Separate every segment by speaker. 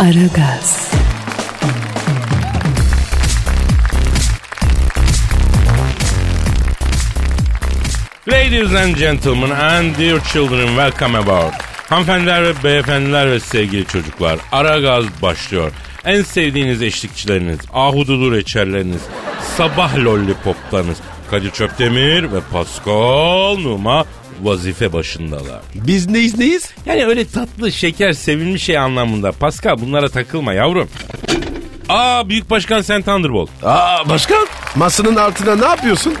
Speaker 1: Aragaz,
Speaker 2: Ladies and gentlemen and dear children welcome aboard. Hanımefendiler ve beyefendiler ve sevgili çocuklar. Ara gaz başlıyor. En sevdiğiniz eşlikçileriniz, ahududu reçelleriniz, sabah lollipoplarınız. Kadir Çöptemir ve Pascal Numa vazife başındalar.
Speaker 3: Biz neyiz neyiz?
Speaker 2: Yani öyle tatlı, şeker, sevimli şey anlamında. Pascal bunlara takılma yavrum. Aa Büyük Başkan Sen Thunderbolt.
Speaker 3: Aa başkan. Masanın altına ne yapıyorsun?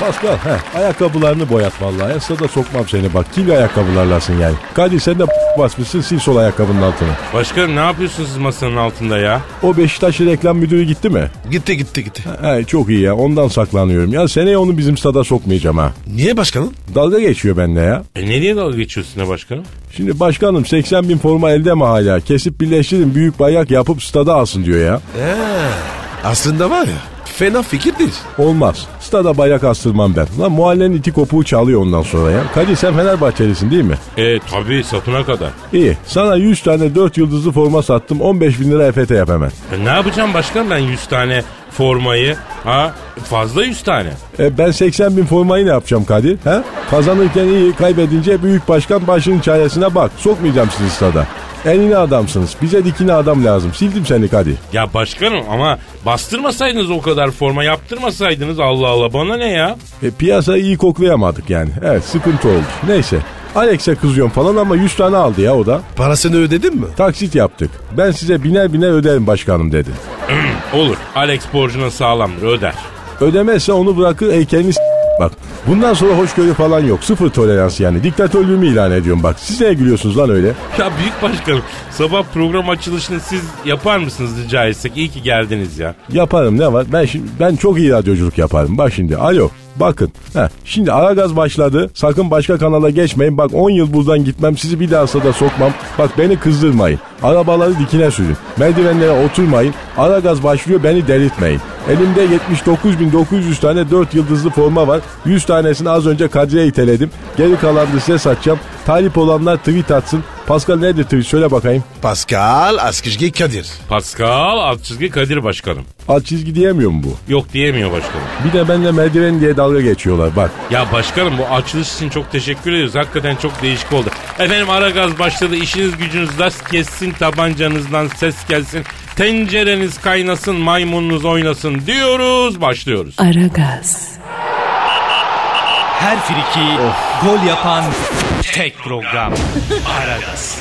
Speaker 4: Pascal heh, ayakkabılarını boyat vallahi. En sırada sokmam seni bak. Kirli ayakkabılarlasın yani. Kadir sen de basmışsın sil sol ayakkabının altına.
Speaker 2: Başkanım ne yapıyorsunuz siz masanın altında ya?
Speaker 4: O Beşiktaşlı reklam müdürü gitti mi?
Speaker 3: Gitti gitti gitti.
Speaker 4: He, çok iyi ya ondan saklanıyorum. Ya seneye onu bizim stada sokmayacağım ha.
Speaker 3: Niye başkanım?
Speaker 4: Dalga geçiyor benimle ya.
Speaker 2: E ne diye dalga geçiyorsun ya başkanım?
Speaker 4: Şimdi başkanım 80 bin forma elde mi hala? Kesip birleştirin büyük bayak yapıp stada alsın diyor ya.
Speaker 3: Aslında var ya fena fikir değil.
Speaker 4: Olmaz. Stada bayrak astırmam ben. Lan muhallenin iti kopuğu çalıyor ondan sonra ya. Kadir sen Fenerbahçelisin değil mi?
Speaker 2: E tabii sapına kadar.
Speaker 4: İyi. Sana 100 tane 4 yıldızlı forma sattım. 15 bin lira EFT yap hemen.
Speaker 2: E, ne yapacağım başkanım ben 100 tane formayı? Ha fazla 100 tane.
Speaker 4: E ben 80 bin formayı ne yapacağım Kadir? He? Kazanırken iyi, kaybedince büyük başkan başının çaresine bak. Sokmayacağım sizi stada. Eline adamsınız. Bize dikine adam lazım. Sildim seni Kadir.
Speaker 2: Ya başkanım ama bastırmasaydınız o kadar forma yaptırmasaydınız Allah Allah bana ne ya?
Speaker 4: E, piyasayı iyi koklayamadık yani. Evet sıkıntı oldu. Neyse. Alex'e kızıyorum falan ama 100 tane aldı ya o da.
Speaker 3: Parasını ödedin mi?
Speaker 4: Taksit yaptık. Ben size biner biner öderim başkanım dedi.
Speaker 2: Olur Alex borcuna sağlamdır öder.
Speaker 4: Ödemezse onu bırakır heykelini s- Bak bundan sonra hoşgörü falan yok. Sıfır tolerans yani. Diktatörlüğümü ilan ediyorum bak. Siz neye gülüyorsunuz lan öyle?
Speaker 2: Ya büyük başkanım sabah program açılışını siz yapar mısınız rica etsek? İyi ki geldiniz ya.
Speaker 4: Yaparım ne var? Ben şimdi, ben çok iyi radyoculuk yaparım. Bak şimdi alo bakın. Heh, şimdi Aragaz başladı. Sakın başka kanala geçmeyin. Bak 10 yıl buradan gitmem. Sizi bir daha da sokmam. Bak beni kızdırmayın. Arabaları dikine sürün. Merdivenlere oturmayın. Aragaz başlıyor beni delirtmeyin. Elimde 79.900 tane 4 yıldızlı forma var. 100 tanesini az önce Kadri'ye iteledim. Geri kalanını size satacağım. Talip olanlar tweet atsın. Pascal nerede tweet söyle bakayım.
Speaker 3: Pascal Askizgi Kadir.
Speaker 2: Pascal alt çizgi Kadir başkanım.
Speaker 4: Alt çizgi diyemiyor mu bu?
Speaker 2: Yok diyemiyor başkanım.
Speaker 4: Bir de benimle merdiven diye dalga geçiyorlar bak.
Speaker 2: Ya başkanım bu açılış için çok teşekkür ediyoruz. Hakikaten çok değişik oldu. Efendim ara gaz başladı. İşiniz gücünüz ders kessin. Tabancanızdan ses gelsin. Tencereniz kaynasın. Maymununuz oynasın diyoruz. Başlıyoruz.
Speaker 1: Aragaz,
Speaker 5: Her friki gol yapan tek program. Aragaz.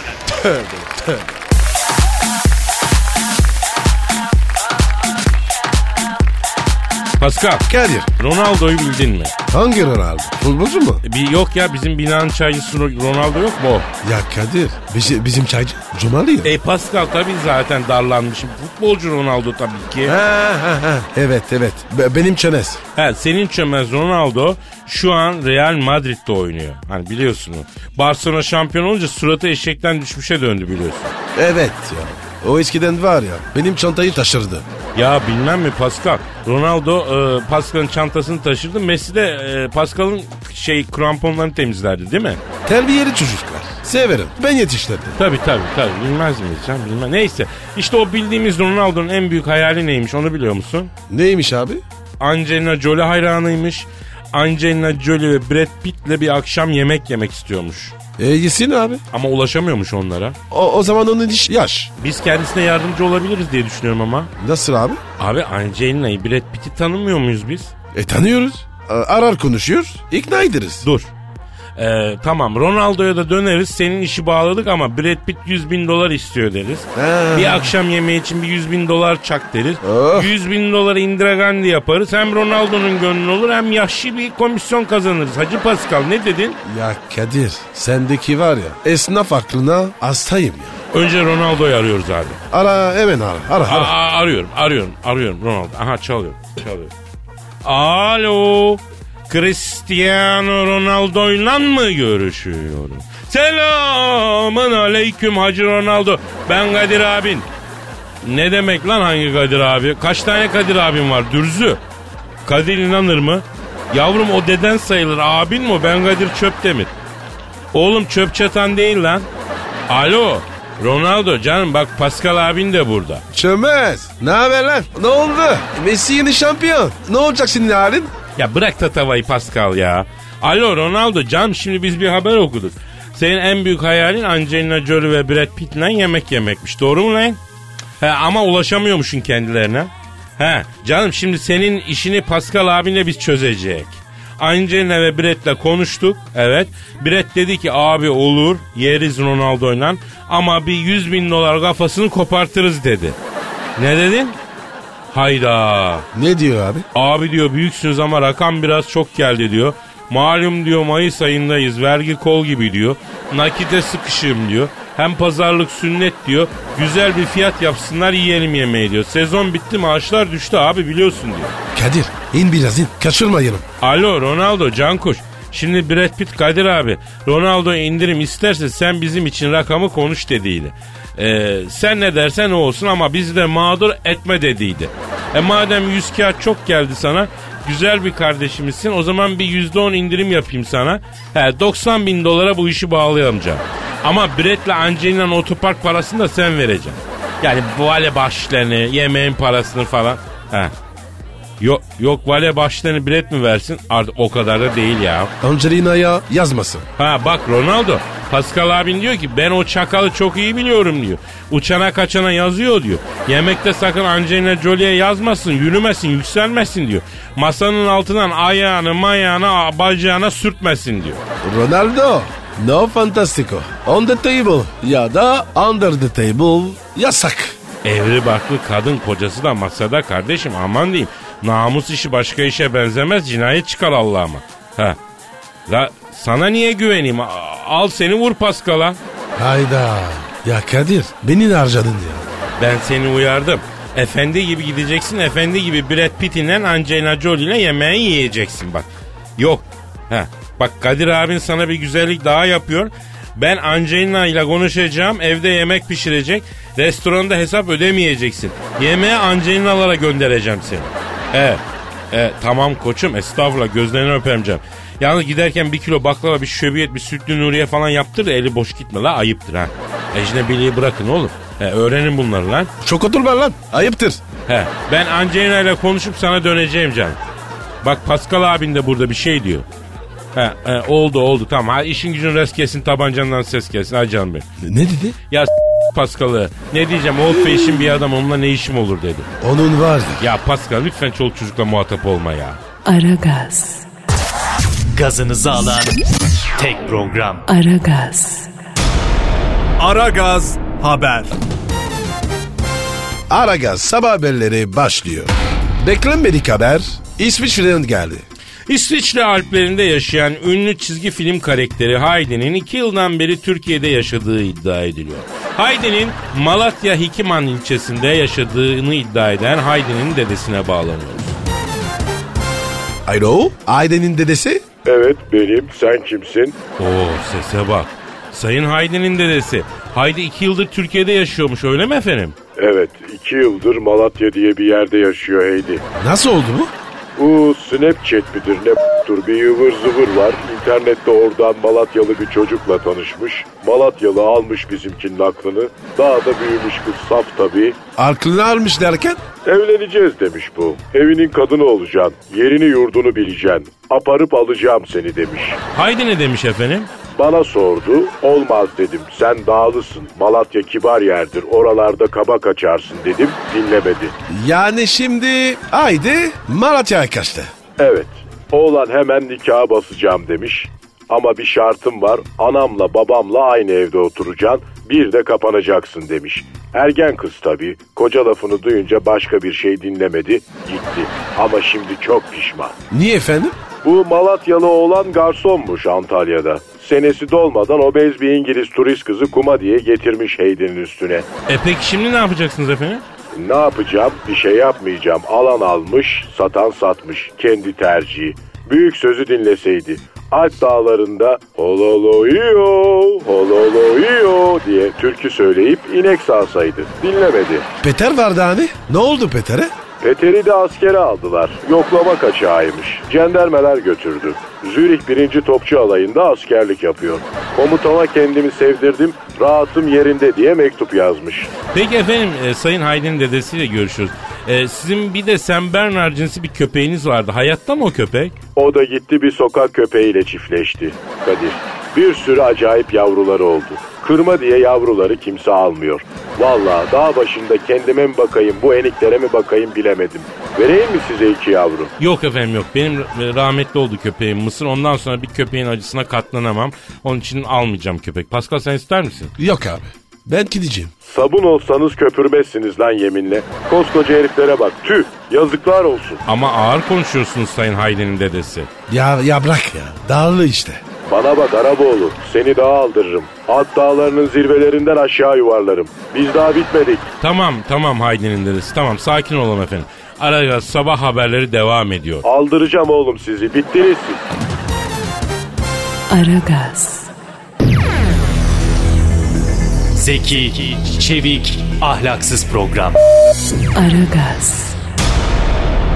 Speaker 2: Pascal.
Speaker 3: Kadir.
Speaker 2: Ronaldo'yu bildin mi?
Speaker 3: Hangi Ronaldo? Futbolcu mu?
Speaker 2: E, Bir yok ya bizim binanın çaycısı Ro- Ronaldo yok mu o?
Speaker 3: Ya Kadir bizi, bizim çaycı Cumali ya.
Speaker 2: E Pascal tabii zaten darlanmışım. Futbolcu Ronaldo tabii ki.
Speaker 3: Ha, ha, ha. Evet evet Be- benim çenes.
Speaker 2: Ha, senin çömez Ronaldo şu an Real Madrid'de oynuyor. Hani biliyorsun o. Barcelona şampiyon olunca suratı eşekten düşmüşe döndü biliyorsun.
Speaker 3: Evet ya. O eskiden var ya benim çantayı taşırdı.
Speaker 2: Ya bilmem mi Pascal? Ronaldo e, Pascal'ın çantasını taşırdı. Messi de e, Pascal'ın şey kramponlarını temizlerdi değil mi?
Speaker 3: Terbiyeli çocuklar. Severim. Ben yetiştirdim.
Speaker 2: Tabii tabii tabii. Bilmez miyiz canım? Bilmem. Neyse. işte o bildiğimiz Ronaldo'nun en büyük hayali neymiş onu biliyor musun?
Speaker 3: Neymiş abi?
Speaker 2: Angelina Jolie hayranıymış. Angelina Jolie ve Brad Pitt'le bir akşam yemek yemek istiyormuş.
Speaker 3: E yesin abi.
Speaker 2: Ama ulaşamıyormuş onlara.
Speaker 3: O, o zaman onun iş yaş.
Speaker 2: Biz kendisine yardımcı olabiliriz diye düşünüyorum ama.
Speaker 3: Nasıl abi?
Speaker 2: Abi Angelina'yı Brad Pitt'i tanımıyor muyuz biz?
Speaker 3: E tanıyoruz. A- Arar konuşuyor. ikna ederiz.
Speaker 2: Dur. Ee, tamam Ronaldo'ya da döneriz. Senin işi bağladık ama Brad Pitt 100 bin dolar istiyor deriz. Bir akşam yemeği için bir 100 bin dolar çak deriz.
Speaker 3: Oh.
Speaker 2: 100 bin doları Indira Gandhi yaparız. Hem Ronaldo'nun gönlü olur hem yaşlı bir komisyon kazanırız. Hacı Pascal ne dedin?
Speaker 3: Ya Kadir sendeki var ya esnaf aklına hastayım ya.
Speaker 2: Önce Ronaldo'yu arıyoruz abi.
Speaker 3: Ara hemen ara ara.
Speaker 2: A-
Speaker 3: ara.
Speaker 2: a- arıyorum, arıyorum, arıyorum Ronaldo. Aha çalıyor, çalıyor. Alo, Cristiano Ronaldo'yla mı görüşüyorum? Selamın aleyküm Hacı Ronaldo. Ben Kadir abin. Ne demek lan hangi Kadir abi? Kaç tane Kadir abim var dürzü? Kadir inanır mı? Yavrum o deden sayılır abin mi? o? Ben Kadir Çöptemir. Oğlum çöp çatan değil lan. Alo Ronaldo canım bak Pascal abin de burada.
Speaker 3: Çömez. Ne haber lan? Ne oldu? Messi yeni şampiyon. Ne olacak senin halin?
Speaker 2: Ya bırak tatavayı Pascal ya. Alo Ronaldo canım şimdi biz bir haber okuduk. Senin en büyük hayalin Angelina Jolie ve Brad Pitt'le yemek yemekmiş. Doğru mu lan? He, ama ulaşamıyormuşsun kendilerine. He, canım şimdi senin işini Pascal abinle biz çözecek. Angelina ve Brett'le konuştuk. Evet. Brett dedi ki abi olur yeriz Ronaldo'yla ama bir 100 bin dolar kafasını kopartırız dedi. Ne dedin? Hayda.
Speaker 3: Ne diyor abi?
Speaker 2: Abi diyor büyüksünüz ama rakam biraz çok geldi diyor. Malum diyor Mayıs ayındayız vergi kol gibi diyor. Nakite sıkışım diyor. Hem pazarlık sünnet diyor. Güzel bir fiyat yapsınlar yiyelim yemeği diyor. Sezon bitti maaşlar düştü abi biliyorsun diyor.
Speaker 3: Kadir in biraz in. Kaçırma yanım.
Speaker 2: Alo Ronaldo Cankuş. Şimdi Brad Pitt Kadir abi Ronaldo indirim isterse sen bizim için rakamı konuş dediydi. Ee, sen ne dersen o olsun ama bizi de mağdur etme dediydi. E madem yüz kağıt çok geldi sana güzel bir kardeşimizsin o zaman bir yüzde on indirim yapayım sana. He, 90 bin dolara bu işi bağlayalım canım. Ama Brett'le Angelina'nın otopark parasını da sen vereceksin. Yani bu hale bahşişlerini, yemeğin parasını falan. He. Yok yok vale başlarını bilet mi versin? Artık o kadar da değil ya.
Speaker 3: Angelina'ya yazmasın.
Speaker 2: Ha bak Ronaldo. Pascal abin diyor ki ben o çakalı çok iyi biliyorum diyor. Uçana kaçana yazıyor diyor. Yemekte sakın Angelina Jolie'ye yazmasın, yürümesin, yükselmesin diyor. Masanın altından ayağını, mayağını, bacağına sürtmesin diyor.
Speaker 3: Ronaldo. No fantastico. On the table ya da under the table yasak.
Speaker 2: Evri barklı kadın kocası da masada kardeşim aman diyeyim. Namus işi başka işe benzemez cinayet çıkar Allah'ıma. Ha. La sana niye güveneyim? A- Al seni vur Paskal'a.
Speaker 3: Hayda. Ya Kadir beni de harcadın ya.
Speaker 2: Ben seni uyardım. Efendi gibi gideceksin. Efendi gibi Brad Pitt'inle Angelina Jolie'yle yemeği yiyeceksin bak. Yok. Ha. Bak Kadir abin sana bir güzellik daha yapıyor. Ben Angelina ile konuşacağım. Evde yemek pişirecek. Restoranda hesap ödemeyeceksin. Yemeğe Angelina'lara göndereceğim seni. Evet. E, tamam koçum estağfurullah gözlerini öpeyim canım. Yalnız giderken bir kilo baklava bir şöbiyet bir sütlü nuriye falan yaptır da eli boş gitme la ayıptır ha. Ecnebiliği bırakın oğlum. E, öğrenin bunları lan.
Speaker 3: Çok oturma lan. Ayıptır.
Speaker 2: He, ben Angelina ile konuşup sana döneceğim canım. Bak Pascal abin de burada bir şey diyor. He, he, oldu oldu tamam. Ha, işin gücün res kesin tabancandan ses kesin. Ha canım benim.
Speaker 3: Ne dedi?
Speaker 2: Ya s- Pascal'ı ne diyeceğim old fashion bir adam onunla ne işim olur dedi.
Speaker 3: Onun var ya.
Speaker 2: Ya Pascal lütfen çoluk çocukla muhatap olma ya.
Speaker 1: Aragaz,
Speaker 5: Gazınızı alan tek program.
Speaker 1: Aragaz,
Speaker 5: Ara Gaz Haber.
Speaker 3: Aragaz sabah haberleri başlıyor. Beklenmedik haber İsviçre'den geldi.
Speaker 2: İsviçre Alplerinde yaşayan ünlü çizgi film karakteri Haydi'nin iki yıldan beri Türkiye'de yaşadığı iddia ediliyor. Haydi'nin Malatya Hikiman ilçesinde yaşadığını iddia eden Haydi'nin dedesine bağlanıyoruz.
Speaker 3: Alo, ailenin dedesi?
Speaker 6: Evet benim. Sen kimsin?
Speaker 2: Oo sese bak. Sayın Haydi'nin dedesi. Haydi iki yıldır Türkiye'de yaşıyormuş öyle mi efendim?
Speaker 6: Evet iki yıldır Malatya diye bir yerde yaşıyor Heydi.
Speaker 3: Nasıl oldu bu?
Speaker 6: Bu Snapchat midir ne b***tur bir ıvır zıvır var. İnternette oradan Malatyalı bir çocukla tanışmış. Malatyalı almış bizimkinin aklını. Daha da büyümüş kız saf tabii.
Speaker 3: Aklını almış derken?
Speaker 6: Evleneceğiz demiş bu. Evinin kadını olacaksın. Yerini yurdunu bileceksin. Aparıp alacağım seni demiş.
Speaker 2: Haydi ne demiş efendim?
Speaker 6: Bana sordu. Olmaz dedim. Sen dağlısın. Malatya kibar yerdir. Oralarda kaba kaçarsın dedim. Dinlemedi.
Speaker 3: Yani şimdi Haydi Malatya'ya kaçtı.
Speaker 6: Evet. Oğlan hemen nikaha basacağım demiş.
Speaker 4: Ama bir şartım var. Anamla babamla aynı evde oturacaksın. Bir de kapanacaksın demiş. Ergen kız tabii. Koca lafını duyunca başka bir şey dinlemedi. Gitti. Ama şimdi çok pişman.
Speaker 3: Niye efendim?
Speaker 4: Bu Malatyalı oğlan garsonmuş Antalya'da. Senesi dolmadan obez bir İngiliz turist kızı kuma diye getirmiş Hayden'in üstüne.
Speaker 2: E peki şimdi ne yapacaksınız efendim?
Speaker 4: Ne yapacağım? Bir şey yapmayacağım. Alan almış, satan satmış. Kendi tercihi. Büyük sözü dinleseydi. Alp dağlarında hololoyo, hololoyo diye türkü söyleyip inek sağsaydı. Dinlemedi.
Speaker 3: Peter vardı hani. Ne oldu Peter'e?
Speaker 4: Peter'i de askere aldılar. Yoklama kaçağıymış. Cendermeler götürdü. Zürih 1. Topçu Alayı'nda askerlik yapıyor. Komutana kendimi sevdirdim, rahatım yerinde diye mektup yazmış.
Speaker 2: Peki efendim e, Sayın Hayden'in dedesiyle görüşüyoruz. E, sizin bir de Sam Bernard cinsi bir köpeğiniz vardı. Hayatta mı o köpek?
Speaker 4: O da gitti bir sokak köpeğiyle çiftleşti. Kadir. Bir sürü acayip yavruları oldu. Kırma diye yavruları kimse almıyor. Vallahi dağ başında kendime mi bakayım, bu eniklere mi bakayım bilemedim. Vereyim mi size iki yavru?
Speaker 2: Yok efendim yok. Benim e, rahmetli oldu köpeğim Mısır. Ondan sonra bir köpeğin acısına katlanamam. Onun için almayacağım köpek. Pascal sen ister misin?
Speaker 3: Yok abi. Ben gideceğim.
Speaker 4: Sabun olsanız köpürmezsiniz lan yeminle. Koskoca heriflere bak. Tüh, yazıklar olsun.
Speaker 2: Ama ağır konuşuyorsunuz Sayın Hayden'in dedesi.
Speaker 3: Ya, ya bırak ya. Dağlı işte.
Speaker 4: Bana bak Araboğlu, seni daha aldırırım. At dağlarının zirvelerinden aşağı yuvarlarım. Biz daha bitmedik.
Speaker 2: Tamam tamam Hayden'in dedesi. Tamam sakin olalım efendim. Aragaz sabah haberleri devam ediyor.
Speaker 4: Aldıracağım oğlum sizi, bittiniz siz.
Speaker 1: Aragaz,
Speaker 5: Zeki, çevik, ahlaksız program.
Speaker 1: Aragaz,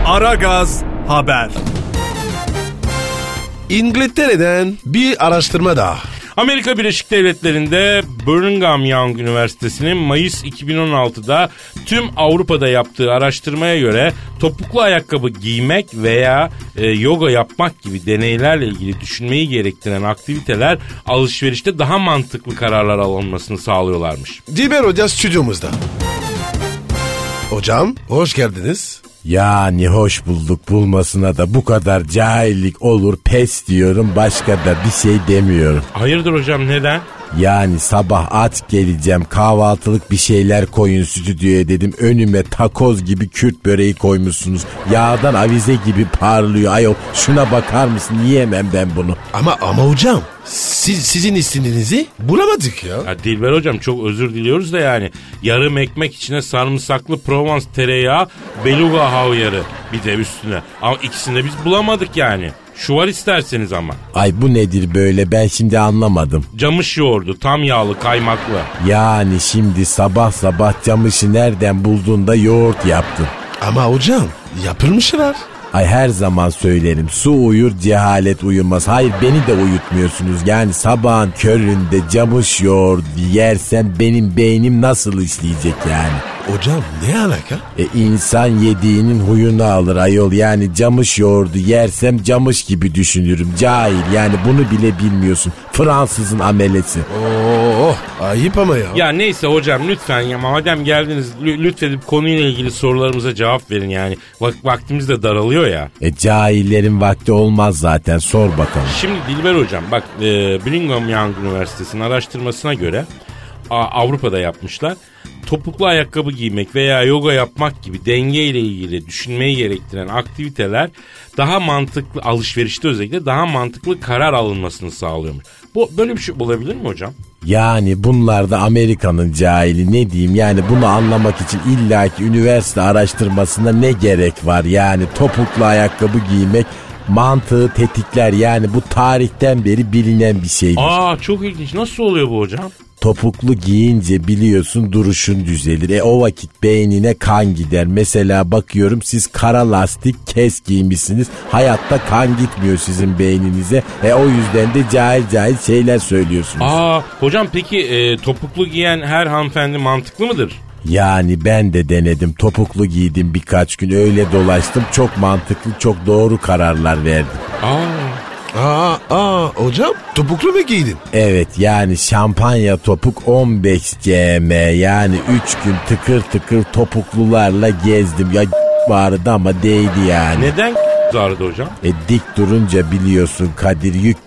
Speaker 5: Aragaz Haber.
Speaker 3: İngiltere'den bir araştırma daha.
Speaker 2: Amerika Birleşik Devletleri'nde Birmingham Young Üniversitesi'nin Mayıs 2016'da tüm Avrupa'da yaptığı araştırmaya göre topuklu ayakkabı giymek veya e, yoga yapmak gibi deneylerle ilgili düşünmeyi gerektiren aktiviteler alışverişte daha mantıklı kararlar alınmasını sağlıyorlarmış.
Speaker 3: Dilber Hoca stüdyomuzda. Hocam hoş geldiniz.
Speaker 7: Yani hoş bulduk bulmasına da bu kadar cahillik olur pes diyorum başka da bir şey demiyorum.
Speaker 2: Hayırdır hocam neden?
Speaker 7: Yani sabah at geleceğim kahvaltılık bir şeyler koyun stüdyoya dedim önüme takoz gibi Kürt böreği koymuşsunuz. Yağdan avize gibi parlıyor ayol şuna bakar mısın yiyemem ben bunu.
Speaker 3: Ama ama hocam siz, sizin istediğinizi bulamadık ya.
Speaker 2: Ya Dilber hocam çok özür diliyoruz da yani yarım ekmek içine sarımsaklı Provence tereyağı beluga havyarı bir de üstüne. Ama ikisini de biz bulamadık yani. Şu var isterseniz ama.
Speaker 7: Ay bu nedir böyle ben şimdi anlamadım.
Speaker 2: Camış yoğurdu tam yağlı kaymaklı.
Speaker 7: Yani şimdi sabah sabah camışı nereden buldun da yoğurt yaptın.
Speaker 3: Ama hocam yapılmışlar.
Speaker 7: Ay her zaman söylerim su uyur cehalet uyumaz. Hayır beni de uyutmuyorsunuz. Yani sabahın köründe camış yoğurdu yersen benim beynim nasıl işleyecek yani?
Speaker 3: Hocam ne alaka?
Speaker 7: E insan yediğinin huyunu alır ayol. Yani camış yoğurdu yersem camış gibi düşünürüm. Cahil yani bunu bile bilmiyorsun. Fransızın amelesi.
Speaker 3: Oo ayıp ama ya.
Speaker 2: Ya neyse hocam lütfen ya madem geldiniz lü- lütfedip konuyla ilgili sorularımıza cevap verin yani. Vak- vaktimiz de daralıyor ya.
Speaker 7: E cahillerin vakti olmaz zaten sor bakalım.
Speaker 2: Şimdi Dilber hocam bak e, Birmingham Young Üniversitesi'nin araştırmasına göre A- Avrupa'da yapmışlar. Topuklu ayakkabı giymek veya yoga yapmak gibi denge ile ilgili düşünmeyi gerektiren aktiviteler daha mantıklı alışverişte özellikle daha mantıklı karar alınmasını sağlıyormuş. Bu böyle bir şey olabilir mi hocam?
Speaker 7: Yani bunlar da Amerika'nın cahili ne diyeyim yani bunu anlamak için illaki üniversite araştırmasında ne gerek var yani topuklu ayakkabı giymek mantığı tetikler yani bu tarihten beri bilinen bir şeydir.
Speaker 2: Aa çok ilginç. Nasıl oluyor bu hocam?
Speaker 7: Topuklu giyince biliyorsun duruşun düzelir. E o vakit beynine kan gider. Mesela bakıyorum siz kara lastik kes giymişsiniz. Hayatta kan gitmiyor sizin beyninize. E o yüzden de cahil cahil şeyler söylüyorsunuz.
Speaker 2: Aa hocam peki e, topuklu giyen her hanımefendi mantıklı mıdır?
Speaker 7: Yani ben de denedim. Topuklu giydim birkaç gün öyle dolaştım. Çok mantıklı, çok doğru kararlar verdim.
Speaker 2: Aa
Speaker 3: Aa, aa hocam topuklu mu giydin?
Speaker 7: Evet yani şampanya topuk 15 cm yani 3 gün tıkır tıkır topuklularla gezdim. Ya bağırdı ama değdi yani.
Speaker 2: neden zardı hocam?
Speaker 7: E dik durunca biliyorsun Kadir yük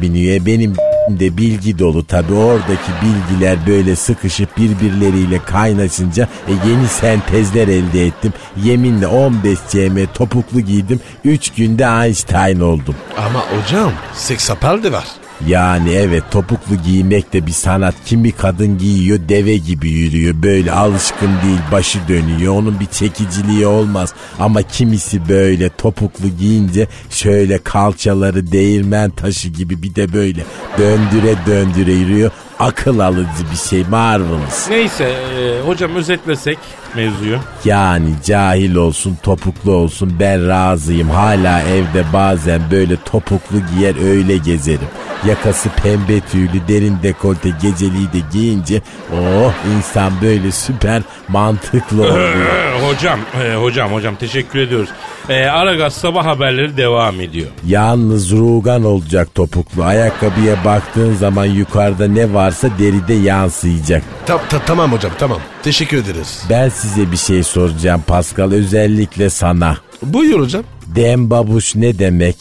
Speaker 7: biniyor. E Benim de bilgi dolu tabi oradaki bilgiler böyle sıkışıp birbirleriyle kaynaşınca e, yeni sentezler elde ettim. Yeminle 15 cm topuklu giydim. 3 günde Einstein oldum.
Speaker 3: Ama hocam seksapel de var.
Speaker 7: Yani evet topuklu giymek de bir sanat. Kimi kadın giyiyor deve gibi yürüyor. Böyle alışkın değil başı dönüyor. Onun bir çekiciliği olmaz. Ama kimisi böyle topuklu giyince şöyle kalçaları değirmen taşı gibi bir de böyle döndüre döndüre yürüyor. Akıl alıcı bir şey marvelous.
Speaker 2: Neyse e, hocam özetlesek mevzuyu.
Speaker 7: Yani cahil olsun topuklu olsun ben razıyım. Hala evde bazen böyle topuklu giyer öyle gezerim. Yakası pembe tüylü derin dekolte geceliği de giyince oh insan böyle süper mantıklı oluyor.
Speaker 2: Ee, hocam, e, hocam, hocam teşekkür ediyoruz. E, Aragaz sabah haberleri devam ediyor.
Speaker 7: Yalnız rugan olacak topuklu. Ayakkabıya baktığın zaman yukarıda ne varsa deride yansıyacak.
Speaker 3: Ta- ta- tamam hocam tamam. Teşekkür ederiz.
Speaker 7: Ben size bir şey soracağım Pascal özellikle sana.
Speaker 3: Buyur hocam.
Speaker 7: Dem babuş ne demek?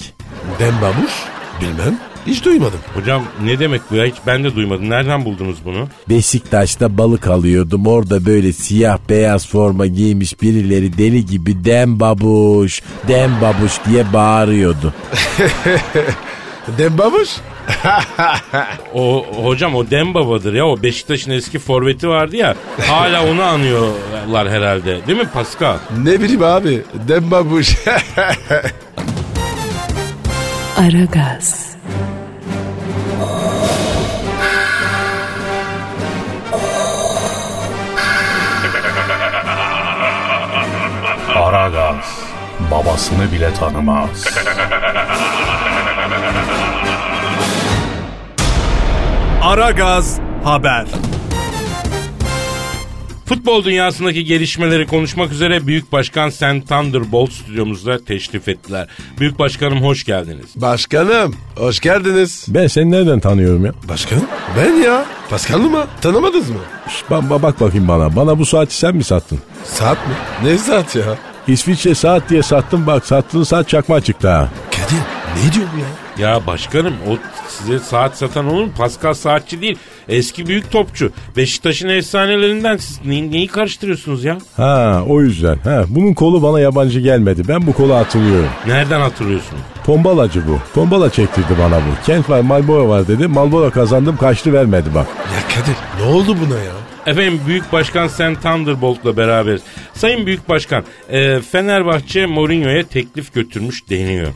Speaker 3: Dembabuş? Bilmem. Hiç duymadım.
Speaker 2: Hocam ne demek bu ya hiç ben de duymadım. Nereden buldunuz bunu?
Speaker 7: Beşiktaş'ta balık alıyordum. Orada böyle siyah beyaz forma giymiş birileri deli gibi dem babuş, dem babuş diye bağırıyordu.
Speaker 3: Dembabuş?
Speaker 2: O hocam o Dem Baba'dır ya o Beşiktaş'ın eski forveti vardı ya. Hala onu anıyorlar herhalde. Değil mi Pascal?
Speaker 3: Ne bileyim abi. Dembabuş.
Speaker 1: Aragaz,
Speaker 5: Aragaz babasını bile tanımaz. Aragaz haber.
Speaker 2: Futbol dünyasındaki gelişmeleri konuşmak üzere Büyük Başkan Sam Thunderbolt stüdyomuzda teşrif ettiler. Büyük Başkanım hoş geldiniz.
Speaker 3: Başkanım. Hoş geldiniz.
Speaker 4: Ben seni nereden tanıyorum ya?
Speaker 3: Başkanım? Ben ya. Paskal'ı mı? Tanımadınız mı?
Speaker 4: Şş, ba- ba- bak bakayım bana. Bana bu saati sen mi sattın?
Speaker 3: Saat mi? Ne saat ya?
Speaker 4: İsviçre saat diye sattım bak sattığın saat çakma çıktı ha.
Speaker 3: Kadir ne diyor bu ya?
Speaker 2: Ya başkanım o size saat satan olur mu? Pascal saatçi değil. Eski büyük topçu. Beşiktaş'ın efsanelerinden siz ne- neyi karıştırıyorsunuz ya?
Speaker 4: Ha o yüzden. Ha, bunun kolu bana yabancı gelmedi. Ben bu kola atılıyorum.
Speaker 2: Nereden hatırlıyorsunuz?
Speaker 4: Tombalacı bu. Tombala çektirdi bana bu. Kent var Malboro var dedi. Malboro kazandım kaçtı vermedi bak.
Speaker 3: Ya Kadir ne oldu buna ya?
Speaker 2: Efendim Büyük Başkan Sen Thunderbolt'la beraberiz. Sayın Büyük Başkan, e, Fenerbahçe Mourinho'ya teklif götürmüş deniyor.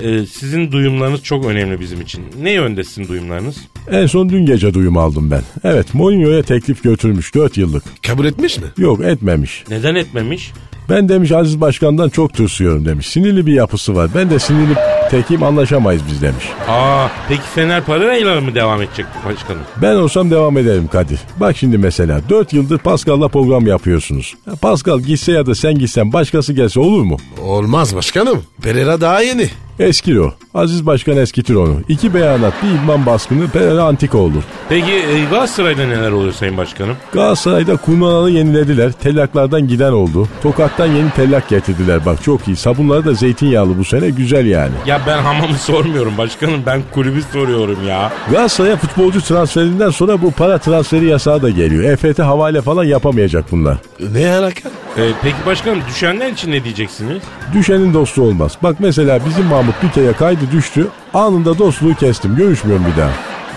Speaker 2: E, sizin duyumlarınız çok önemli bizim için. Ne yönde sizin duyumlarınız?
Speaker 4: En son dün gece duyum aldım ben. Evet Mourinho'ya teklif götürmüş 4 yıllık.
Speaker 3: Kabul etmiş mi?
Speaker 4: Yok etmemiş.
Speaker 2: Neden etmemiş?
Speaker 4: Ben demiş Aziz Başkan'dan çok tırsıyorum demiş. Sinirli bir yapısı var. Ben de sinirli tekim anlaşamayız biz demiş.
Speaker 2: Aa, peki Fener parayla mı devam edecek başkanım?
Speaker 4: Ben olsam devam ederim Kadir. Bak şimdi mesela 4 yıldır Pascal'la program yapıyorsunuz. Ya Pascal gitse ya da sen gitsen başkası gelse olur mu?
Speaker 3: Olmaz başkanım. Pereira daha yeni.
Speaker 4: Eskir o. Aziz Başkan eskitir onu. İki beyanat bir idman baskını Pereira antika olur.
Speaker 2: Peki e, Galatasaray'da neler oluyor Sayın Başkanım?
Speaker 4: Galatasaray'da Kumanan'ı yenilediler. Tellaklardan giden oldu. Tokat'tan yeni tellak getirdiler. Bak çok iyi. Sabunları da zeytinyağlı bu sene. Güzel yani.
Speaker 2: Ya ben hamamı sormuyorum başkanım ben kulübü soruyorum ya.
Speaker 4: Galatasaray'a futbolcu transferinden sonra bu para transferi yasağı da geliyor. EFT havale falan yapamayacak bunlar.
Speaker 3: Ne alaka?
Speaker 2: E, peki başkanım düşenler için ne diyeceksiniz?
Speaker 4: Düşenin dostu olmaz. Bak mesela bizim Mahmut bir kere kaydı düştü. Anında dostluğu kestim. Görüşmüyorum bir daha.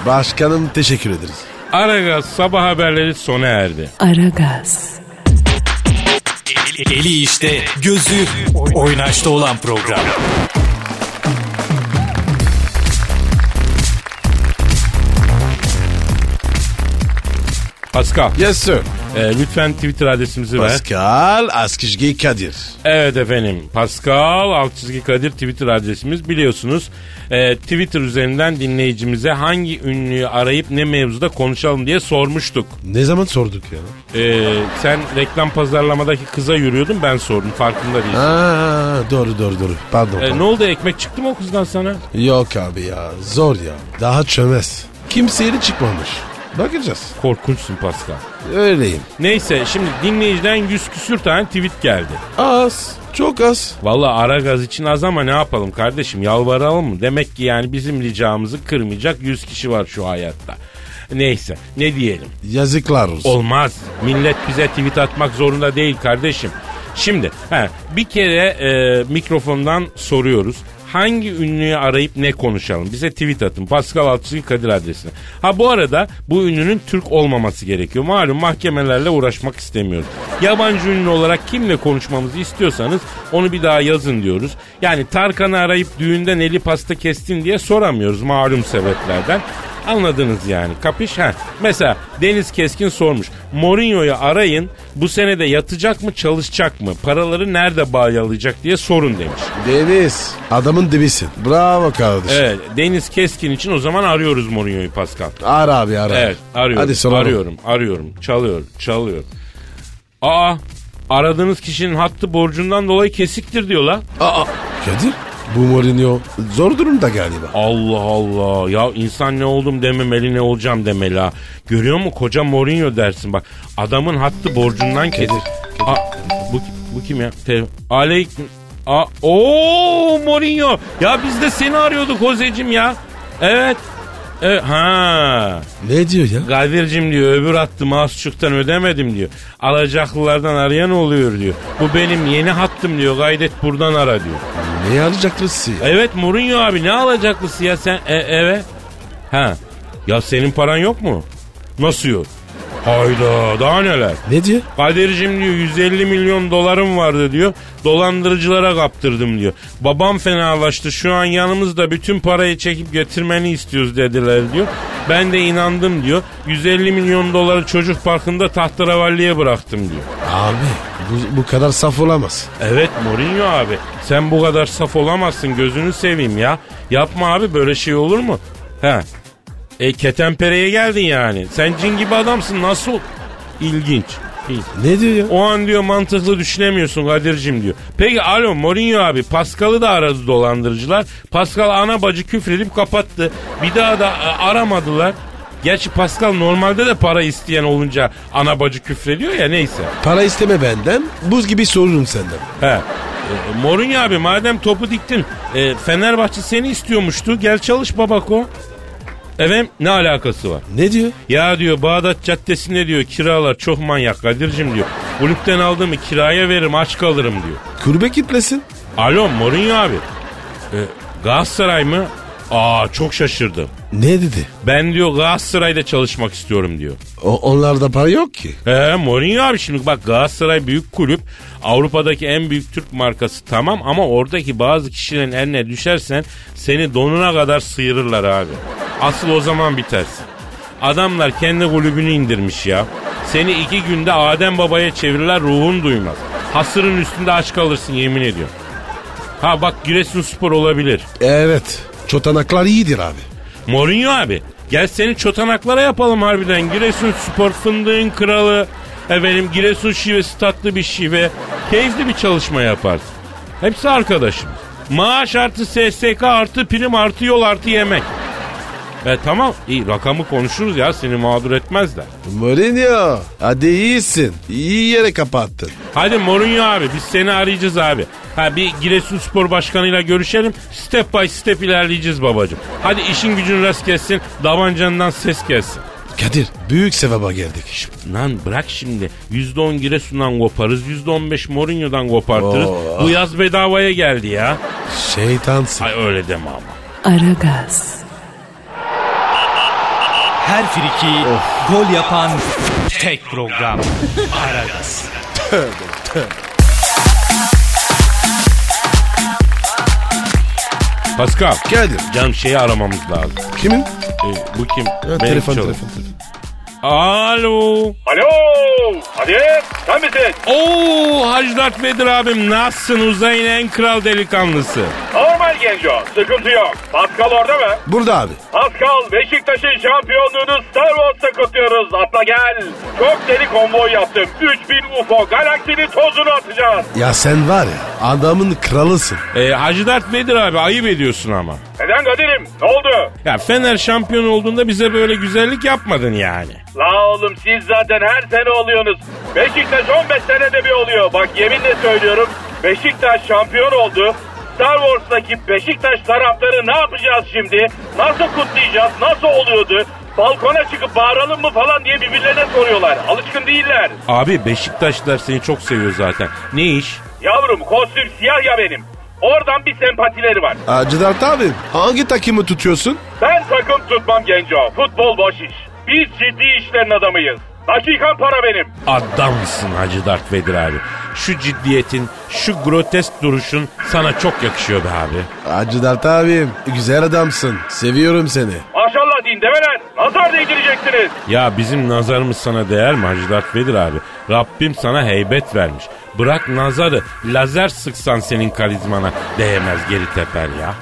Speaker 3: Başkanım teşekkür ederiz.
Speaker 2: Aragaz sabah haberleri sona erdi.
Speaker 1: Aragaz,
Speaker 5: Eli işte, gözü oynaşta olan program.
Speaker 2: Pascal
Speaker 3: Yes sir.
Speaker 2: e, lütfen Twitter adresimizi ver.
Speaker 3: Pascal Askizgi Kadir.
Speaker 2: Evet efendim Pascal alt çizgi Kadir Twitter adresimiz biliyorsunuz. Ee, Twitter üzerinden dinleyicimize hangi ünlüyü arayıp ne mevzuda konuşalım diye sormuştuk.
Speaker 3: Ne zaman sorduk ya?
Speaker 2: Ee, sen reklam pazarlamadaki kıza yürüyordun ben sordum farkında değilsin.
Speaker 3: Aa, doğru doğru doğru. Pardon.
Speaker 2: Ee,
Speaker 3: pardon.
Speaker 2: ne oldu ekmek çıktı mı o kızdan sana?
Speaker 3: Yok abi ya zor ya. Daha çömez. Kimseyle çıkmamış. Bakacağız.
Speaker 2: Korkunçsun Pascal.
Speaker 3: Öyleyim.
Speaker 2: Neyse şimdi dinleyiciden yüz küsür tane tweet geldi.
Speaker 3: Az. Çok az.
Speaker 2: Valla ara gaz için az ama ne yapalım kardeşim yalvaralım mı? Demek ki yani bizim ricamızı kırmayacak 100 kişi var şu hayatta. Neyse ne diyelim.
Speaker 3: Yazıklar olsun.
Speaker 2: Olmaz. Millet bize tweet atmak zorunda değil kardeşim. Şimdi he, bir kere e, mikrofondan soruyoruz. Hangi ünlüyü arayıp ne konuşalım? Bize tweet atın. Pascal Altçı Kadir adresine. Ha bu arada bu ünlünün Türk olmaması gerekiyor. Malum mahkemelerle uğraşmak istemiyoruz. Yabancı ünlü olarak kimle konuşmamızı istiyorsanız onu bir daha yazın diyoruz. Yani Tarkan'ı arayıp düğünden eli pasta kestin diye soramıyoruz malum sebeplerden. Anladınız yani kapış ha. Mesela Deniz Keskin sormuş. Mourinho'yu arayın bu sene de yatacak mı çalışacak mı? Paraları nerede bağlayacak diye sorun demiş.
Speaker 3: Deniz. Adamın dibisin. Bravo kardeşim.
Speaker 2: Evet Deniz Keskin için o zaman arıyoruz Mourinho'yu Pascal.
Speaker 3: Ara abi ara.
Speaker 2: Evet arıyorum
Speaker 3: Hadi soralım.
Speaker 2: arıyorum arıyorum çalıyorum çalıyorum. Aa aradığınız kişinin hattı borcundan dolayı kesiktir diyor la.
Speaker 3: Aa, Kadir. Bu Mourinho zor durumda galiba.
Speaker 2: Allah Allah. Ya insan ne oldum dememeli ne olacağım demeli ha. Görüyor musun koca Mourinho dersin bak. Adamın hattı borcundan kedir. Aa, bu, bu kim ya? Te- Aleyküm. Aa, ooo Mourinho. Ya biz de seni arıyorduk Hozecim ya. Evet. E, ha.
Speaker 3: Ne diyor ya?
Speaker 2: Kadir'cim diyor öbür hattımı az çoktan ödemedim diyor. Alacaklılardan arayan oluyor diyor. Bu benim yeni hattım diyor. Gaydet buradan ara diyor.
Speaker 3: Ne alacaktır sizi?
Speaker 2: Evet Mourinho abi ne alacaklısı ya sen e, eve? Ha. Ya senin paran yok mu? Nasıl yok? Hayda daha neler?
Speaker 3: Ne diyor?
Speaker 2: Kadir'cim diyor 150 milyon dolarım vardı diyor. Dolandırıcılara kaptırdım diyor. Babam fenalaştı şu an yanımızda bütün parayı çekip getirmeni istiyoruz dediler diyor. Ben de inandım diyor. 150 milyon doları çocuk parkında tahterevalliye bıraktım diyor.
Speaker 3: Abi bu, bu kadar saf olamaz.
Speaker 2: Evet Mourinho abi. Sen bu kadar saf olamazsın gözünü seveyim ya. Yapma abi böyle şey olur mu? He. E ketempereye geldin yani. Sen cin gibi adamsın nasıl? İlginç. İlginç.
Speaker 3: Ne diyor ya?
Speaker 2: O an diyor mantıklı düşünemiyorsun Kadir'cim diyor. Peki alo Mourinho abi Pascal'ı da aradı dolandırıcılar. Pascal ana bacı küfredip kapattı. Bir daha da e, aramadılar. Gerçi Pascal normalde de para isteyen olunca ana bacı küfrediyor ya neyse.
Speaker 3: Para isteme benden. Buz gibi sorurum senden.
Speaker 2: He. E, Mourinho abi madem topu diktin e, Fenerbahçe seni istiyormuştu. Gel çalış babako. Efendim ne alakası var?
Speaker 3: Ne diyor?
Speaker 2: Ya diyor Bağdat Caddesi'nde diyor kiralar çok manyak Kadir'cim diyor. Kulüpten aldığımı kiraya veririm aç kalırım diyor.
Speaker 3: Kurbe kitlesin.
Speaker 2: Alo Mourinho abi. E, Galatasaray mı? Aa çok şaşırdım.
Speaker 3: Ne dedi?
Speaker 2: Ben diyor Galatasaray'da çalışmak istiyorum diyor.
Speaker 3: O, onlarda para yok ki.
Speaker 2: Ee, Mourinho abi şimdi bak Galatasaray büyük kulüp. Avrupa'daki en büyük Türk markası tamam ama oradaki bazı kişilerin eline düşersen seni donuna kadar sıyırırlar abi. Asıl o zaman bitersin. Adamlar kendi kulübünü indirmiş ya. Seni iki günde Adem Baba'ya çevirirler ruhun duymaz. Hasırın üstünde aç kalırsın yemin ediyorum. Ha bak Giresunspor olabilir.
Speaker 3: Evet. Çotanaklar iyidir abi.
Speaker 2: Mourinho abi gel seni çotanaklara yapalım harbiden. Giresun spor fındığın kralı. Efendim Giresun şivesi tatlı bir şive. Keyifli bir çalışma yaparsın. Hepsi arkadaşım. Maaş artı SSK artı prim artı yol artı yemek. E tamam iyi rakamı konuşuruz ya seni mağdur etmezler.
Speaker 3: Mourinho hadi iyisin. İyi yere kapattın.
Speaker 2: Hadi Mourinho abi biz seni arayacağız abi. Ha bir Giresun Spor Başkanı'yla görüşelim. Step by step ilerleyeceğiz babacığım. Hadi işin gücün rast gelsin. Davancandan ses gelsin.
Speaker 3: Kadir büyük sevaba geldik.
Speaker 2: Şşt, Lan bırak şimdi. %10 Giresun'dan koparız. %15 Mourinho'dan kopartırız. Bu yaz bedavaya geldi ya.
Speaker 3: Şeytansın.
Speaker 2: Ay öyle deme ama.
Speaker 1: Aragaz,
Speaker 5: Her friki gol yapan tek program. Aragaz.
Speaker 2: Pascal.
Speaker 3: Kadir.
Speaker 2: Canım şeyi aramamız lazım.
Speaker 3: Kimin?
Speaker 2: Ee, bu kim?
Speaker 3: Evet,
Speaker 2: Benim
Speaker 3: telefon,
Speaker 2: çalıyor.
Speaker 3: telefon telefon.
Speaker 2: Alo.
Speaker 6: Alo, hadi sen misin?
Speaker 2: Oo Hacı Dert Vedir abim nasılsın uzayın en kral delikanlısı.
Speaker 6: Normal genco, sıkıntı yok. Pascal orada mı?
Speaker 3: Burada abi.
Speaker 6: Pascal, Beşiktaş'ın şampiyonluğunu Star Wars'ta kutluyoruz. Atla gel. Çok deli konvoy yaptım. 3000 UFO galaksinin tozunu atacağız.
Speaker 3: Ya sen var ya adamın kralısın.
Speaker 2: Ee, Hacı Dert Vedir abi ayıp ediyorsun ama.
Speaker 6: Neden Kadir'im? Ne oldu?
Speaker 2: Ya Fener şampiyon olduğunda bize böyle güzellik yapmadın yani.
Speaker 6: La oğlum siz zaten her sene oluyorsunuz. Beşiktaş 15 senede bir oluyor. Bak yeminle söylüyorum.
Speaker 8: Beşiktaş şampiyon oldu. Star Wars'taki Beşiktaş taraftarı ne yapacağız şimdi? Nasıl kutlayacağız? Nasıl oluyordu? Balkona çıkıp bağıralım mı falan diye birbirlerine soruyorlar. Alışkın değiller.
Speaker 2: Abi Beşiktaşlılar seni çok seviyor zaten. Ne iş?
Speaker 8: Yavrum kostüm siyah ya benim. Oradan bir sempatileri var.
Speaker 3: Aa, Cedart abi hangi takımı tutuyorsun?
Speaker 8: Ben takım tutmam genco. Futbol boş iş. Biz ciddi işlerin adamıyız. Dakikan para benim.
Speaker 2: Adamsın Hacı Dert Vedir abi. Şu ciddiyetin, şu grotesk duruşun sana çok yakışıyor be abi.
Speaker 3: Aa, Cedart abim güzel adamsın. Seviyorum seni.
Speaker 8: Maşallah deyin deme lan. Nazar değdireceksiniz.
Speaker 2: Ya bizim nazarımız sana değer mi Hacı Dert Vedir abi? Rabbim sana heybet vermiş. Bırak nazarı, lazer sıksan senin karizmana değmez geri teper ya.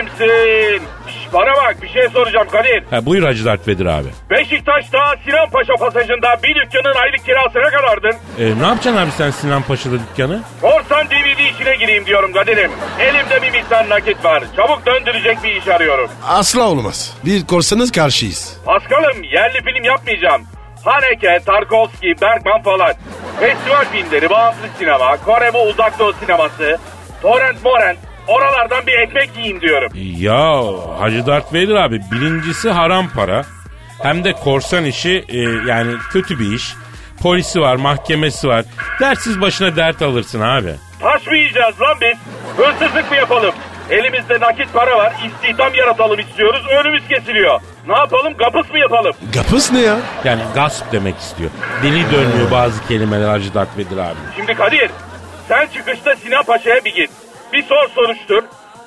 Speaker 8: Kadir'imsin. Şş, bana bak bir şey soracağım Kadir.
Speaker 2: Ha, buyur Hacı Dert Vedir abi.
Speaker 8: Beşiktaş daha Sinan Paşa pasajında bir dükkanın aylık kirası ne kadardın?
Speaker 2: E, ne yapacaksın abi sen Sinan Paşa'da dükkanı?
Speaker 8: Korsan DVD işine gireyim diyorum Kadir'im. Elimde bir miktar nakit var. Çabuk döndürecek bir iş arıyorum.
Speaker 3: Asla olmaz. Bir korsanız karşıyız.
Speaker 8: Paskal'ım yerli film yapmayacağım. Haneke, Tarkovski, Bergman falan. Festival filmleri, bağımsız sinema, Kore ve uzak doğu sineması, Torrent Morent. Oralardan bir ekmek yiyeyim diyorum.
Speaker 2: Ya Hacı Dert Vedir abi birincisi haram para. Hem de korsan işi e, yani kötü bir iş. Polisi var, mahkemesi var. Dersiz başına dert alırsın abi.
Speaker 8: Taş mı yiyeceğiz lan biz? Hırsızlık mı yapalım? Elimizde nakit para var, istihdam yaratalım istiyoruz, önümüz kesiliyor. Ne yapalım, kapıs mı yapalım?
Speaker 3: Kapıs ne ya?
Speaker 2: Yani gasp demek istiyor. Dili dönmüyor bazı kelimeler Hacı Dert Vedir abi.
Speaker 8: Şimdi Kadir, sen çıkışta Sinan Paşa'ya bir git. Bir sor soruştur.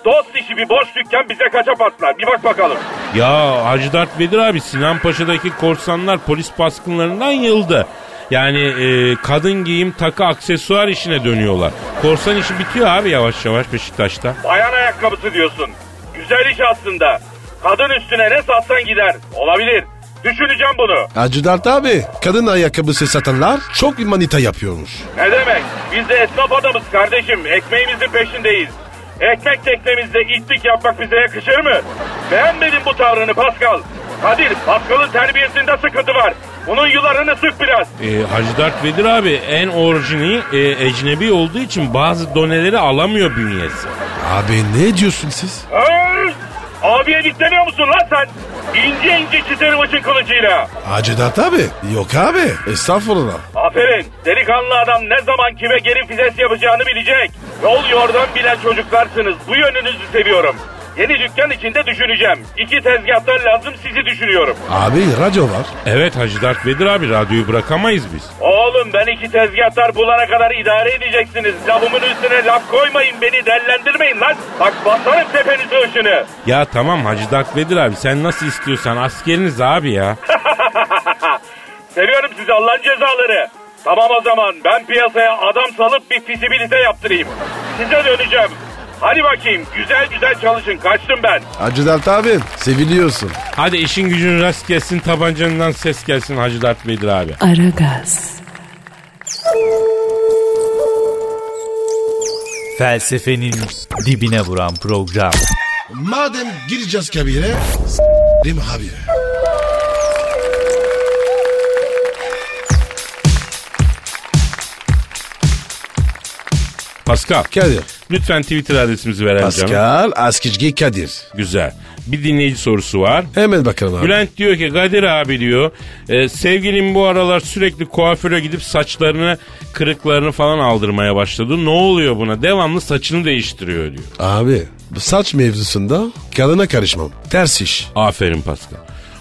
Speaker 8: Dost işi bir boş dükkan bize kaça patlar? Bir bak bakalım.
Speaker 2: Ya Hacı Dert Vedir abi Sinan Paşa'daki korsanlar polis baskınlarından yıldı. Yani e, kadın giyim takı aksesuar işine dönüyorlar. Korsan işi bitiyor abi yavaş yavaş Beşiktaş'ta.
Speaker 8: Bayan ayakkabısı diyorsun. Güzel iş aslında. Kadın üstüne ne satsan gider. Olabilir. Düşüneceğim bunu.
Speaker 3: Aa, Cedart abi kadın ayakkabısı satanlar çok manita yapıyormuş.
Speaker 8: Ne demek? Biz de esnaf adamız kardeşim. Ekmeğimizin peşindeyiz. Ekmek teknemizde itlik yapmak bize yakışır mı? Beğenmedim bu tavrını Pascal. Kadir, Pascal'ın terbiyesinde sıkıntı var. Bunun yularını sık biraz.
Speaker 2: E, Hacı Dert Vedir abi en orijini e, ecnebi olduğu için bazı doneleri alamıyor bünyesi.
Speaker 3: Abi ne diyorsun siz?
Speaker 8: Hey! Abiye dikleniyor musun lan sen? İnce ince çizerim ışın kılıcıyla.
Speaker 3: Aa, Cedart abi yok abi estağfurullah.
Speaker 8: Aferin. Delikanlı adam ne zaman kime geri fizes yapacağını bilecek. Yol yordan bilen çocuklarsınız. Bu yönünüzü seviyorum. Yeni dükkan içinde düşüneceğim. İki tezgahtan lazım sizi düşünüyorum.
Speaker 3: Abi radyo var.
Speaker 2: Evet Hacı Dert Vedir abi radyoyu bırakamayız biz.
Speaker 8: Oğlum ben iki tezgahtar bulana kadar idare edeceksiniz. Lafımın üstüne laf koymayın beni dellendirmeyin lan. Bak basarım tepenize ışını.
Speaker 2: Ya tamam Hacı Dert Vedir abi sen nasıl istiyorsan askeriniz abi ya.
Speaker 8: Seviyorum sizi Allah'ın cezaları. Tamam o zaman ben piyasaya adam salıp bir fizibilite yaptırayım. Size döneceğim. Hadi bakayım güzel güzel çalışın kaçtım ben.
Speaker 3: Aa, Cedart abi seviliyorsun.
Speaker 2: Hadi işin gücün rast gelsin tabancanından ses gelsin Hacı Dert Vedir abi.
Speaker 1: Aragaz,
Speaker 5: Felsefenin dibine vuran program.
Speaker 3: Madem gireceğiz kabire s**rim abi.
Speaker 2: Pascal
Speaker 3: Kadir.
Speaker 2: lütfen Twitter adresimizi veren canım.
Speaker 3: Pascal Askizgi Kadir.
Speaker 2: Güzel. Bir dinleyici sorusu var.
Speaker 3: Hemen bakalım abi.
Speaker 2: Bülent diyor ki Kadir abi diyor e, sevgilim bu aralar sürekli kuaföre gidip saçlarını kırıklarını falan aldırmaya başladı. Ne oluyor buna? Devamlı saçını değiştiriyor diyor.
Speaker 3: Abi bu saç mevzusunda kadına karışmam. Ters iş.
Speaker 2: Aferin Pascal.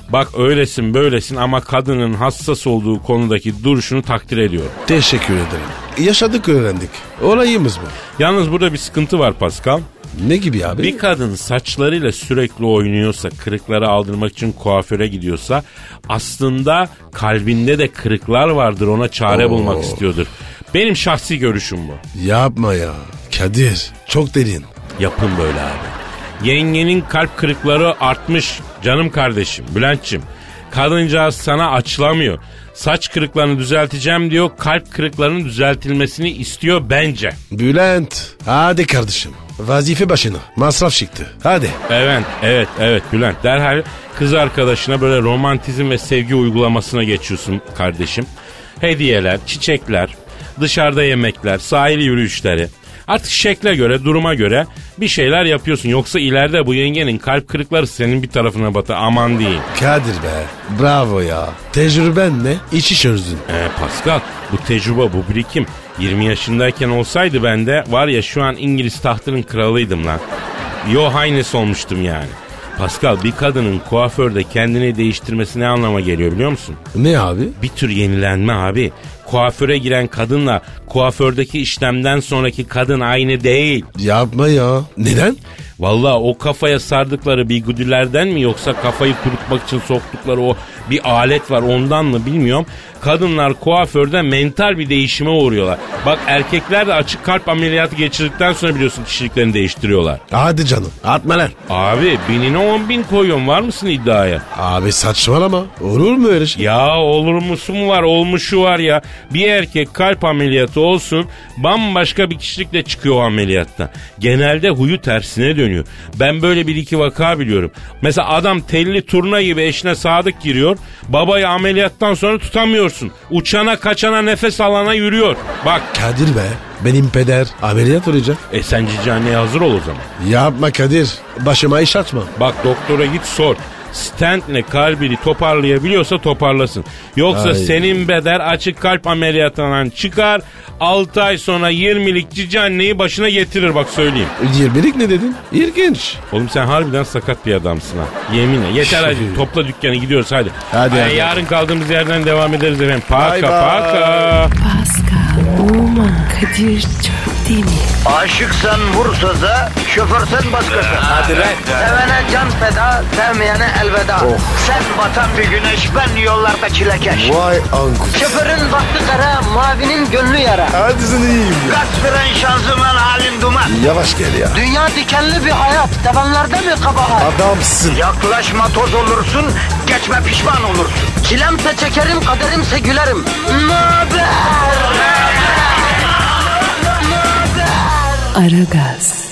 Speaker 2: Bak öylesin böylesin ama kadının hassas olduğu konudaki duruşunu takdir ediyorum.
Speaker 3: Teşekkür ederim. Yaşadık öğrendik. Olayımız bu.
Speaker 2: Yalnız burada bir sıkıntı var Pascal.
Speaker 3: Ne gibi abi?
Speaker 2: Bir kadın saçlarıyla sürekli oynuyorsa, kırıkları aldırmak için kuaföre gidiyorsa aslında kalbinde de kırıklar vardır ona çare bulmak istiyordur. Benim şahsi görüşüm bu.
Speaker 3: Yapma ya. Kadir çok derin.
Speaker 2: Yapın böyle abi. Yengenin kalp kırıkları artmış canım kardeşim Bülent'çim. Kadıncağız sana açılamıyor. Saç kırıklarını düzelteceğim diyor. Kalp kırıklarının düzeltilmesini istiyor bence.
Speaker 3: Bülent hadi kardeşim. Vazife başına. Masraf çıktı. Hadi.
Speaker 2: Evet, evet, evet Bülent. Derhal kız arkadaşına böyle romantizm ve sevgi uygulamasına geçiyorsun kardeşim. Hediyeler, çiçekler, dışarıda yemekler, sahil yürüyüşleri. Artık şekle göre, duruma göre bir şeyler yapıyorsun. Yoksa ileride bu yengenin kalp kırıkları senin bir tarafına batı. Aman diyeyim.
Speaker 3: Kadir be. Bravo ya. Tecrübenle içi çözdün.
Speaker 2: Ee, Pascal bu tecrübe bu birikim 20 yaşındayken olsaydı ben de var ya şu an İngiliz tahtının kralıydım lan. Yo Haynes olmuştum yani. Pascal bir kadının kuaförde kendini değiştirmesi ne anlama geliyor biliyor musun?
Speaker 3: Ne abi?
Speaker 2: Bir tür yenilenme abi. Kuaföre giren kadınla kuafördeki işlemden sonraki kadın aynı değil.
Speaker 3: Yapma ya. Neden?
Speaker 2: Valla o kafaya sardıkları bigudilerden mi yoksa kafayı kurutmak için soktukları o bir alet var ondan mı bilmiyorum. Kadınlar kuaförde mental bir değişime uğruyorlar. Bak erkekler de açık kalp ameliyatı geçirdikten sonra biliyorsun kişiliklerini değiştiriyorlar.
Speaker 3: Hadi canım. Atma lan.
Speaker 2: Abi binine on bin koyuyorum var mısın iddiaya?
Speaker 3: Abi saçmalama. Olur mu öyle şey?
Speaker 2: Ya olur musu mu var olmuşu var ya. Bir erkek kalp ameliyatı olsun bambaşka bir kişilikle çıkıyor o ameliyatta. Genelde huyu tersine dönüyor. Ben böyle bir iki vaka biliyorum. Mesela adam telli turna gibi eşine sadık giriyor. Babayı ameliyattan sonra tutamıyorsun. Uçana kaçana nefes alana yürüyor. Bak
Speaker 3: Kadir be. Benim peder ameliyat olacak.
Speaker 2: e sen cici anneye hazır ol o zaman.
Speaker 3: Yapma Kadir. Başıma iş açma.
Speaker 2: Bak doktora git sor. Stentle kalbini toparlayabiliyorsa toparlasın. Yoksa
Speaker 3: Ay.
Speaker 2: senin beder açık kalp ameliyatından çıkar. 6 ay sonra 20'lik cici anneyi başına getirir bak söyleyeyim.
Speaker 3: 20'lik ne dedin? İlginç.
Speaker 2: Oğlum sen harbiden sakat bir adamsın ha. Yeminle. Yeter hadi topla dükkanı gidiyoruz hadi.
Speaker 3: Hadi,
Speaker 2: Ay,
Speaker 3: hadi.
Speaker 2: Yarın kaldığımız yerden devam ederiz efendim.
Speaker 3: Bye
Speaker 2: Paka
Speaker 3: bye.
Speaker 2: paka.
Speaker 1: Pascal, Oman, Kadir çok değil mi?
Speaker 9: Aşıksan vursa da, şoförsen başkasın. Hadi Sevene can feda, sevmeyene elveda. Sen batan bir güneş, ben yollarda çilekeş.
Speaker 3: Vay anku.
Speaker 9: Şoförün baktı kara, mavinin gönlü yara.
Speaker 3: Hadi sen iyiyim ya.
Speaker 9: Kasperen şanzıman halin duman.
Speaker 3: Yavaş gel ya.
Speaker 9: Dünya dikenli bir hayat, sevenlerde mi kabahar?
Speaker 3: Adamsın.
Speaker 9: Yaklaşma toz olursun, geçme pişman olursun. Çilemse çekerim, kaderimse gülerim. Möber!
Speaker 1: Aragaz.